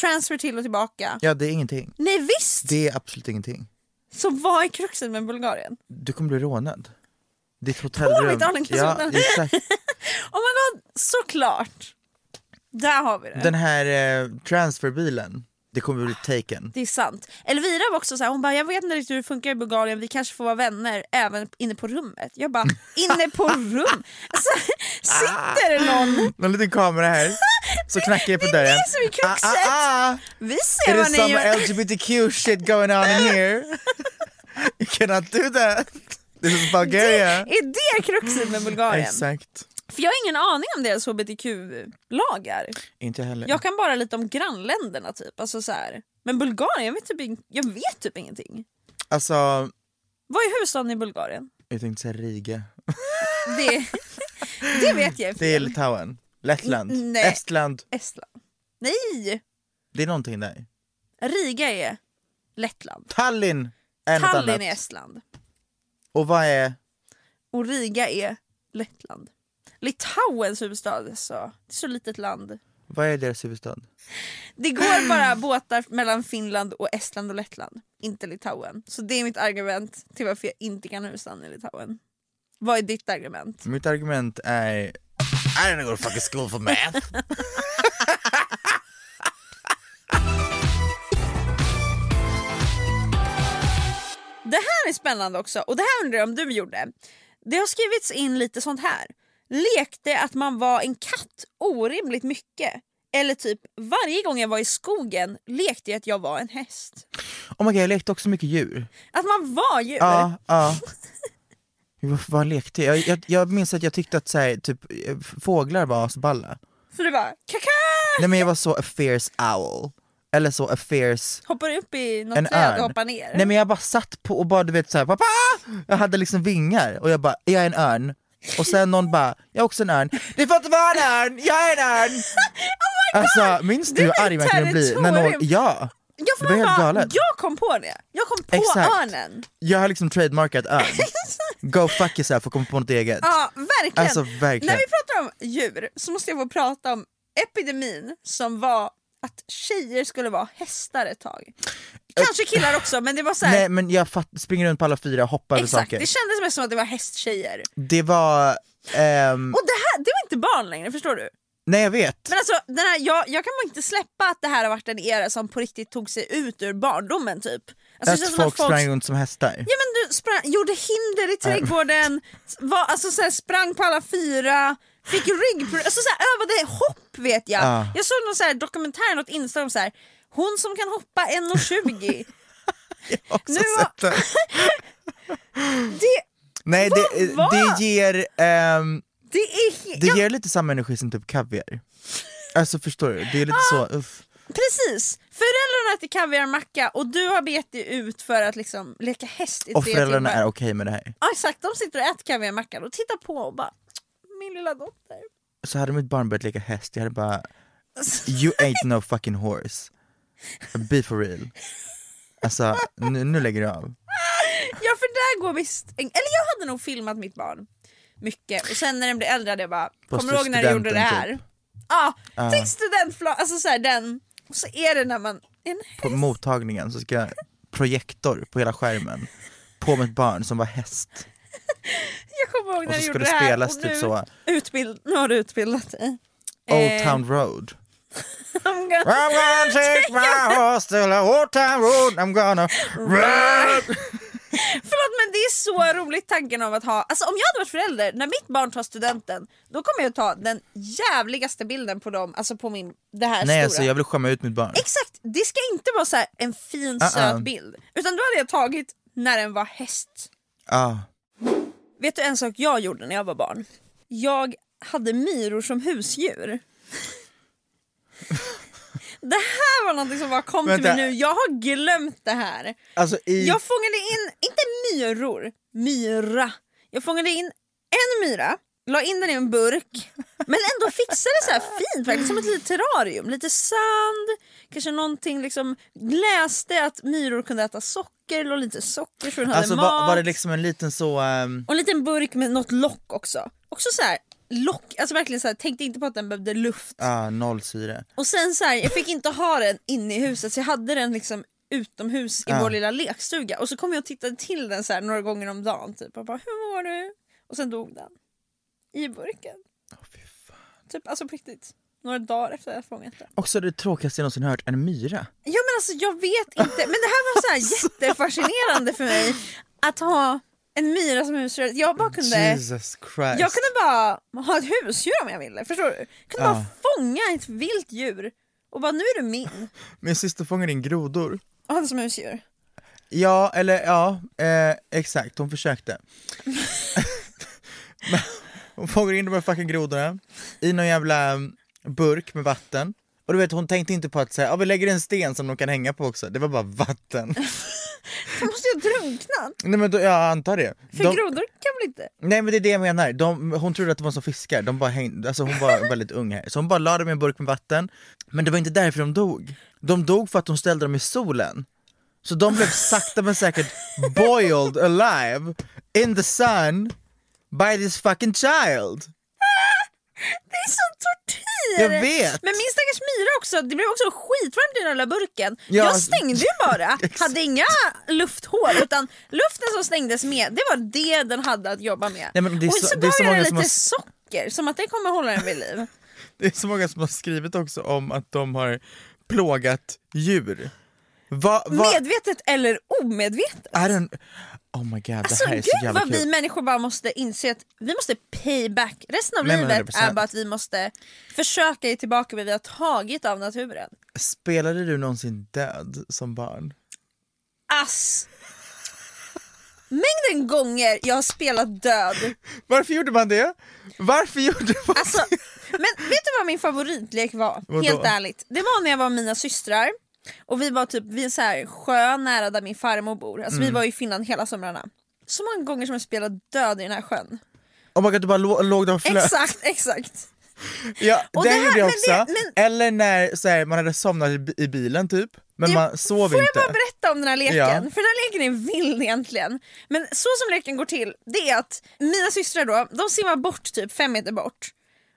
S5: transfer till och tillbaka.
S4: Ja, det är ingenting.
S5: Nej visst!
S4: Det är absolut ingenting.
S5: Så vad är kruxet med Bulgarien?
S4: Du kommer bli rånad. Ditt hotellrum.
S5: mitt all inclusive
S4: ja,
S5: hotell.
S4: exakt.
S5: Oh my god, såklart! Där har vi det.
S4: Den här eh, transferbilen, det kommer bli taken.
S5: Det är sant. Elvira var också så här, hon bara jag vet inte riktigt hur det funkar i Bulgarien, vi kanske får vara vänner även inne på rummet. Jag bara inne på rum? Alltså, sitter det någon?
S4: Någon liten kamera här, så knackar jag på dörren.
S5: det som är kruxet.
S4: ah,
S5: Vi
S4: ah.
S5: ser
S4: It
S5: vad
S4: is
S5: ni
S4: some
S5: gör.
S4: LGBTQ shit going on in here. You cannot do that. This is Bulgaria.
S5: Är det kruxet med Bulgarien?
S4: Exakt.
S5: För jag har ingen aning om deras hbtq-lagar.
S4: Inte jag heller.
S5: Jag kan bara lite om grannländerna typ. Alltså, så här. Men Bulgarien, jag vet, typ, ing- jag vet typ ingenting.
S4: Alltså,
S5: Vad är huvudstaden i Bulgarien?
S4: jag tänkte säga Riga.
S5: Det, det vet jag är
S4: Det är
S5: fel.
S4: Litauen. Lettland.
S5: N- nej.
S4: Estland.
S5: Estland. Nej!
S4: Det är någonting där.
S5: Riga är Lettland.
S4: Tallinn är något
S5: Tallinn
S4: annat.
S5: är Estland.
S4: Och vad är...
S5: Och Riga är Lettland. Litauens huvudstad, så. Det är så litet land.
S4: Vad är deras huvudstad?
S5: Det går bara båtar mellan Finland och Estland och Lettland, inte Litauen. Så det är mitt argument till varför jag inte kan huvudstaden i Litauen. Vad är ditt argument?
S4: Mitt argument är... I don't go to fucking school for math.
S5: Det här är spännande också och det här undrar jag om du gjorde. Det har skrivits in lite sånt här. Lekte att man var en katt orimligt mycket. Eller typ varje gång jag var i skogen lekte jag att jag var en häst.
S4: Oh my god, jag lekte också mycket djur.
S5: Att man var djur.
S4: Ja, ja. Vad vad lekte jag? jag? Jag minns att jag tyckte att så här, typ, eh, fåglar var asballa.
S5: Så det var kaka!
S4: Nej men jag var så a fierce owl. Eller så a fierce...
S5: Hoppar upp i något
S4: En
S5: träd
S4: örn.
S5: och hoppar ner.
S4: Nej men jag bara satt på och bara du vet såhär, pappa! Jag hade liksom vingar och jag bara, jag är en örn. Och sen någon bara, jag är också en örn. Det får inte vara en örn, jag är en örn!
S5: Oh
S4: alltså minns du
S5: Det
S4: hur
S5: var
S4: arg
S5: ett
S4: man kunde bli? När någon,
S5: territorium.
S4: ja!
S5: Ja, för
S4: Det var
S5: man
S4: helt
S5: bara,
S4: galet.
S5: Jag kom på det! Jag kom på
S4: Exakt.
S5: örnen!
S4: Jag har liksom trademarkat örn. Go fuck yourself och kom på något eget.
S5: Ja, verkligen.
S4: Alltså verkligen.
S5: När vi pratar om djur så måste jag få prata om epidemin som var att tjejer skulle vara hästar ett tag. Kanske killar också men det var så här,
S4: Nej men jag fatt, springer runt på alla fyra och hoppar över
S5: exakt,
S4: saker. Mm.
S5: det kändes mest som att det var hästtjejer.
S4: Det var, ehm,
S5: Och det här, det var inte barn längre förstår du.
S4: nej jag vet.
S5: Men alltså, den här, jag, jag kan bara inte släppa att det här har varit en era som på riktigt tog sig ut ur barndomen typ. Alltså, det känns
S4: att
S5: som
S4: folk sprang runt som hästar.
S5: Ja men du sprang, gjorde hinder i trädgården, var, alltså, så här, sprang på alla fyra, fick rygg, alltså, så här, övade hopp vet jag.
S4: Ja.
S5: Jag såg någon så här, dokumentär, något Instagram så här, hon som kan hoppa 1,20.
S4: Jag har också
S5: Nu var-
S4: sett det.
S5: det,
S4: Nej det, eh,
S5: Vad var?
S4: det ger, ehm,
S5: det är he-
S4: Det
S5: ja,
S4: ger lite samma energi som typ kaviar. Alltså förstår du? Det är lite
S5: Ah!
S4: så, uff.
S5: Precis, föräldrarna äter kaviarmacka och du har bett dig ut för att liksom leka häst i
S4: Och
S5: tre
S4: föräldrarna
S5: timmar.
S4: är okej med det här.
S5: Ja exakt, de sitter och äter kaviarmackan och tittar på och bara, min lilla dotter.
S4: Så hade mitt barn börjat leka häst, jag hade bara You ain't no fucking horse. Be for real. Alltså nu, nu lägger du av.
S5: Ja för där går visst, eller jag hade nog filmat mitt barn mycket och sen när den blev äldre hade jag bara,
S4: På
S5: kommer du ihåg när du gjorde det
S4: studenten,
S5: här?
S4: typ.
S5: Ja, tänk studentflak, alltså såhär den, och så är det när man, en,
S4: På mottagningen så ska jag projektor på hela skärmen på mitt barn som var häst.
S5: jag kommer ihåg
S4: Och
S5: när
S4: så
S5: du
S4: ska
S5: gjorde
S4: det
S5: det här
S4: spelas
S5: och
S4: typ
S5: nu,
S4: så.
S5: Utbild, nu har du utbildat dig. Oh
S4: Old
S5: Eh,
S4: Town Road.
S5: I'm gonna-
S4: I'm gonna take my horse to the old town road, I'm gonna run!
S5: Äh, Förlåt men det är så roligt tanken om att ha, alltså om jag hade varit förälder, när mitt barn tar studenten då kommer jag ta den jävligaste bilden på dem, alltså på min, det här
S4: Nej
S5: stora.
S4: alltså jag vill skämma ut mitt barn.
S5: Exakt, det ska inte vara så här en fin
S4: Uh-uh.
S5: söt bild. Utan då hade jag tagit när den var häst.
S4: Ah.
S5: Vet du en sak jag gjorde när jag var barn? Jag hade myror som husdjur. det här var någonting som bara kom
S4: Vänta.
S5: till mig nu, jag har glömt det här.
S4: Alltså i
S5: Jag fångade in, inte myror, myra. Jag fångade in en myra, la in den i en burk men ändå fixade så här fint, verkligen som ett litet terrarium. Lite sand, kanske någonting liksom, läste att myror kunde äta socker, la lite socker så den hade
S4: Alltså
S5: mat.
S4: var, var det liksom en liten så, ehm,
S5: Och en liten burk med något lock också. Också så här, lock, alltså verkligen så här, tänkte inte på att den behövde luft.
S4: ah, noll syre.
S5: Och sen så här, jag fick inte ha den inne i huset så jag hade den liksom utomhus i vår lilla lekstuga och så kom jag och tittade till den så här några gånger om dagen typ och bara hur mår du? Och sen dog den. I burken. Typ alltså på riktigt. Några dagar efter att jag fångat den.
S4: Också det tråkigaste jag någonsin hört, en myra.
S5: Ja men alltså jag vet inte, men det här var så här jättefascinerande för mig att ha en myra som husdjur. Jag bara kunde
S4: Jesus Christ.
S5: jag kunde bara ha ett husdjur om jag ville, förstår du? Jag kunde bara fånga ett vilt djur och bara nu är du min.
S4: Min syster fångade in grodor.
S5: Och hade som husdjur.
S4: Ja, eller ja, eh, exakt, hon försökte. Men hon fångade in de här fucking grodorna i någon jävla mm, burk med vatten. Och du vet hon tänkte inte på att säga, ja vi lägger en sten som de kan hänga på också, det var bara vatten.
S5: De måste ju ha drunknat.
S4: nej men då, jag antar det.
S5: För
S4: De-
S5: grodor kan väl inte...
S4: Nej men det är det jag menar, de, hon trodde att det var som fiskar, de bara hängde, alltså hon var väldigt ung här. Så hon bara la dem i en burk med vatten, men det var inte därför de dog. De dog för att hon ställde dem i solen. Så de blev sakta men säkert boiled alive in the sun by this fucking child.
S5: Det är sån tortyr!
S4: Jag vet.
S5: Men min stackars Myra också, det blev också skitvarmt i den där lilla burken.
S4: Ja.
S5: Jag stängde ju bara, hade inga lufthål utan luften som stängdes med det var det den hade att jobba med.
S4: Nej, men det är
S5: Och
S4: så-
S5: så
S4: det är
S5: gav
S4: så
S5: jag
S4: många
S5: den
S4: som
S5: lite
S4: har-
S5: socker som att det kommer hålla den vid liv.
S4: Det är så många som har skrivit också om att de har plågat djur. Va, va,
S5: Medvetet eller omedvetet.
S4: är den... Oh my god, det
S5: Alltså
S4: här är
S5: gud
S4: så jävla
S5: vad vi
S4: kul.
S5: människor bara måste inse att vi måste pay back. Resten av
S4: Nej, men
S5: livet är
S4: 100%.
S5: bara att vi måste försöka ge tillbaka vad vi har tagit av naturen.
S4: Spelade du någonsin död som barn?
S5: Ass! Mängden gånger jag har spelat död.
S4: Varför gjorde man det? Varför gjorde man
S5: Alltså, men vet du vad min favoritlek var?
S4: Vadå?
S5: Helt ärligt. Det var när jag var med mina systrar och vi var typ vid en så här sjö nära där min farmor bor. Alltså,
S4: Mm.
S5: Vi var i Finland hela somrarna. Så många gånger som jag spelade död i den här sjön.
S4: Oh my god, du bara lå- låg där och flöt.
S5: Exakt, exakt.
S4: Ja,
S5: Och
S4: den
S5: det här-
S4: gjorde jag
S5: men
S4: också.
S5: det- men-
S4: Eller när så här, man hade somnat i, bi- i bilen typ, men
S5: Det-
S4: man sov
S5: Får
S4: inte.
S5: jag bara berätta om den här leken?
S4: Ja.
S5: För den här leken är vild egentligen. Men så som leken går till, det är att mina systrar då, de simmar bort typ fem meter bort.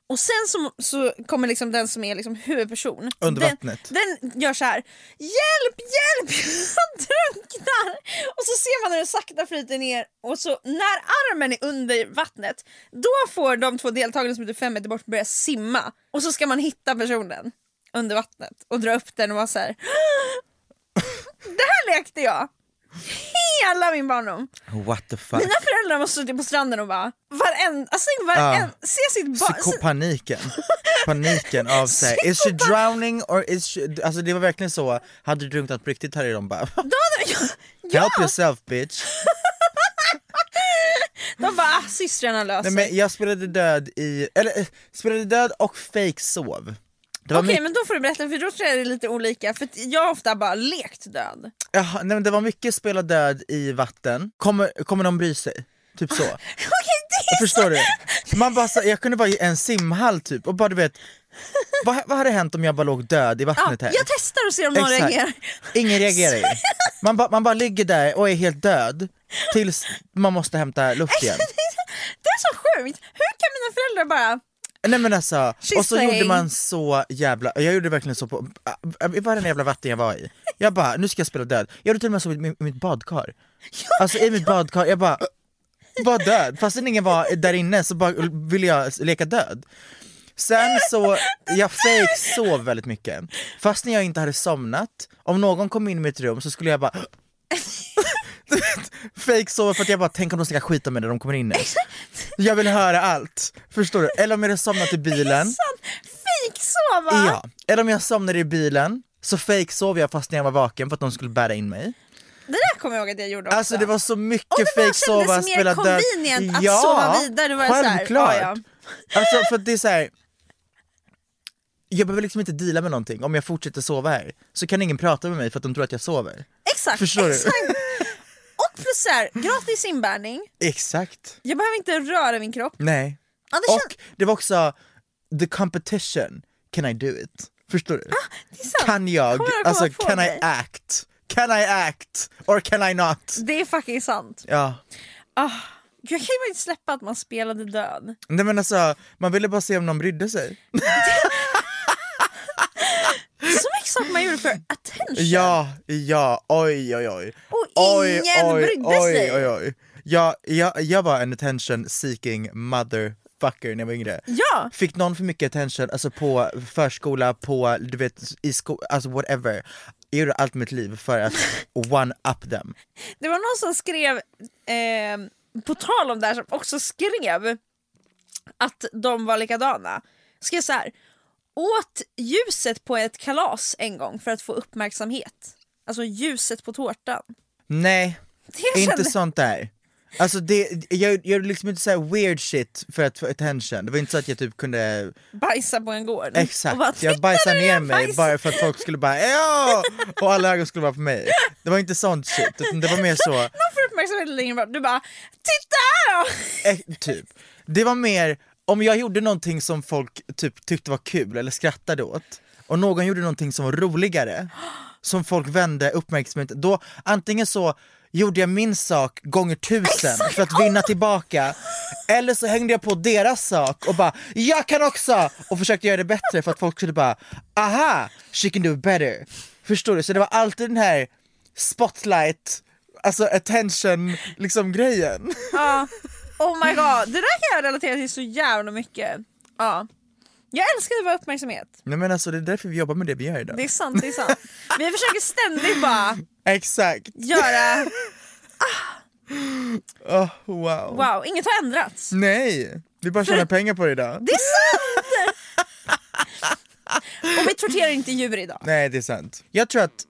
S5: Och sen så, så kommer liksom den som är liksom huvudperson.
S4: Under
S5: den,
S4: vattnet.
S5: Den gör så här. Hjälp, hjälp, jag drunknar! Och så ser man hur den sakta flyter ner och så när armen är under vattnet då får de två deltagarna som är typ fem meter bort börja simma. Och så ska man hitta personen under vattnet och dra upp den och vara så här. Det här lekte jag hela min barndom.
S4: What the fuck?
S5: Mina föräldrar måste suttit på stranden och bara varenda, alltså tänk varenda, se sitt
S4: Ah. Psyko-
S5: barn.
S4: paniken. Paniken av sig. Is she drowning or is she... Alltså det var verkligen så, hade du drunknat på riktigt hade de bara
S5: Ja,
S4: Help yourself bitch.
S5: de bara ah, systrarna löser
S4: Nej, men jag spelade död i, eller eh, spelade död och fake sov. Det var
S5: Okej
S4: mycket-
S5: men då får du berätta för då tror jag det är lite olika för att jag har ofta bara lekt död.
S4: Jaha, nej, men det var mycket spela död i vatten, kommer, kommer de bry sig? Typ så.
S5: Okej det är
S4: Förstår du? Man bara, så- jag kunde vara i en simhall typ och bara du vet, vad, vad hade hänt om jag bara låg död i
S5: ja,
S4: vattnet här?
S5: Jag testar och ser om någon
S4: Exakt.
S5: reagerar.
S4: Ingen reagerar ju. Man, bara- man bara ligger där och är helt död tills man måste hämta luft igen.
S5: Det är så sjukt, hur kan mina föräldrar bara
S4: Nej men alltså,
S5: She's
S4: och så
S5: saying.
S4: gjorde man så jävla, jag gjorde verkligen så på, i varenda jävla vatten jag var i. Jag bara, nu ska jag spela död. Jag gjorde till och med så i mitt, i mitt badkar. Alltså i mitt badkar, jag bara var död. Fastän ingen var där inne så bara ville jag leka död. Sen så, jag fake sov väldigt mycket. Fastän jag inte hade somnat, om någon kom in i mitt rum så skulle jag bara Du vet, Fake sova för att jag bara tänk om de ska skita med när de kommer in nu. Jag vill höra allt, förstår du? Eller om jag hade somnat i bilen,
S5: sån fejksova?
S4: ja. Eller om jag somnade i bilen, så fake sov jag fastän jag var vaken för att de skulle bära in mig.
S5: Det där kommer jag ihåg att jag gjorde också.
S4: Alltså det var så mycket
S5: Och det bara
S4: fake sova,
S5: kändes mer
S4: spela död.
S5: convenient att sova vidare, det var så här,
S4: självklart.
S5: ja,
S4: Alltså för att det är så här. Jag behöver liksom inte deala med någonting, om jag fortsätter sova här så kan ingen prata med mig för att de tror att jag sover.
S5: Exakt,
S4: Förstår du?
S5: exakt. Och plus så här, gratis inbärning,
S4: Exakt.
S5: jag behöver inte röra min kropp.
S4: Nej.
S5: Ja, det,
S4: Och det var också the competition, can I do it? Förstår du?
S5: känns, Ah, sant.
S4: kan jag,
S5: Kommer jag komma
S4: alltså
S5: på
S4: can I
S5: dig?
S4: act? Can I act? Or can I not?
S5: det är fucking sant.
S4: Ja.
S5: Gud, Jag kan ju inte släppa att man spelade död.
S4: Nej men alltså, man ville bara se om någon brydde sig.
S5: Så mycket saker man gjorde för attention.
S4: Ja, ja, oj oj oj.
S5: Och ingen brydde
S4: oj,
S5: sig.
S4: Oj, oj, oj. Jag, jag, jag var en attention seeking motherfucker när jag var yngre.
S5: Ja.
S4: Fick någon för mycket attention, alltså på förskola, på du vet, i sko- alltså whatever. Jag gjorde allt i mitt liv för att one-up them.
S5: Det var någon som skrev, eh, på tal om det här, som också skrev att de var likadana. Skrev så här. Åt ljuset på ett kalas en gång för att få uppmärksamhet. Alltså ljuset på tårtan.
S4: Nej,
S5: Det
S4: inte
S5: kände-
S4: sånt där. Alltså det, jag jag gjorde liksom inte såhär weird shit för att få attention, det var inte så att jag typ kunde
S5: Bajsa på en gård.
S4: Exakt,
S5: Och bara,
S4: jag
S5: "Titta,
S4: bajsade
S5: där är
S4: ner
S5: en
S4: mig
S5: bajs."
S4: bara för att folk skulle bara ja och alla ögon skulle vara på mig. Det var inte sånt shit, utan det var mer så,
S5: Någon får uppmärksamhet längre bort, du bara “Titta här då!”
S4: eh, typ. Det var mer om jag gjorde någonting som folk typ tyckte var kul eller skrattade åt och någon gjorde någonting som var roligare, som folk vände uppmärksamheten, då antingen så gjorde jag min sak gånger tusen för att vinna tillbaka eller så hängde jag på deras sak och bara “jag kan också” och försökte göra det bättre för att folk skulle bara “aha, she can do better”. Förstår du? Så det var alltid den här spotlight, alltså attention liksom grejen.
S5: Ja. Oh my god, det där kan jag relatera till så jävla mycket. Ja. Jag älskar att vara uppmärksamhet.
S4: Nej men alltså det är därför vi jobbar med det vi gör idag.
S5: Det är sant, det är sant. Vi försöker ständigt bara
S4: Exakt!
S5: göra,
S4: Oh, wow.
S5: wow, inget har ändrats.
S4: Nej! Vi bara tjänar pengar på det idag.
S5: Det är sant! Och vi torterar inte djur idag.
S4: Nej det är sant. Jag tror att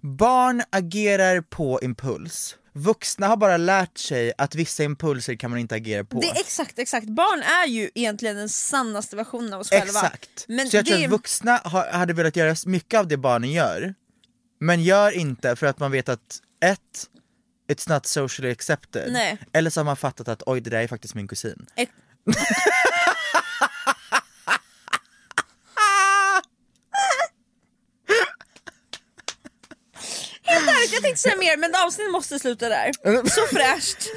S4: barn agerar på impuls. Vuxna har bara lärt sig att vissa impulser kan man inte agera på.
S5: Det är exakt, exakt. Barn är ju egentligen den sannaste versionen av oss själva.
S4: Exakt!
S5: Men
S4: Så jag
S5: det
S4: tror att vuxna har, hade velat göra mycket av det barnen gör, men gör inte för att man vet att ett, It's not socially accepted.
S5: Nej.
S4: Eller så har man fattat att oj det där är faktiskt min kusin.
S5: Ex- Helt ärligt, jag tänkte säga mer men avsnittet måste sluta där. Så fräscht.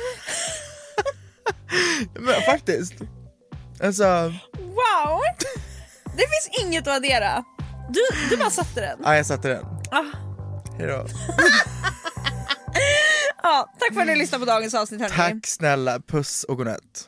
S4: Men faktiskt. Alltså,
S5: Wow! Det finns inget att addera. Du, du bara satte den.
S4: ja jag satte den.
S5: Ah.
S4: Hejdå.
S5: Ja, tack för att ni lyssnade på dagens avsnitt hörni.
S4: Tack snälla, puss och godnatt.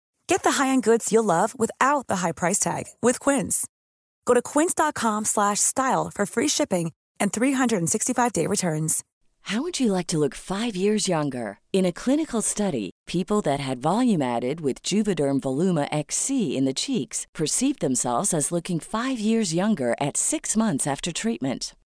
S7: Get the high-end goods you'll love without the high price tag with Quince. Go to quince.com slash style for free shipping and 365-day returns.
S6: How would you like to look five years younger? In a clinical study, people that had volume added with Juvederm Voluma XC in the cheeks perceived themselves as looking five years younger at six months after treatment.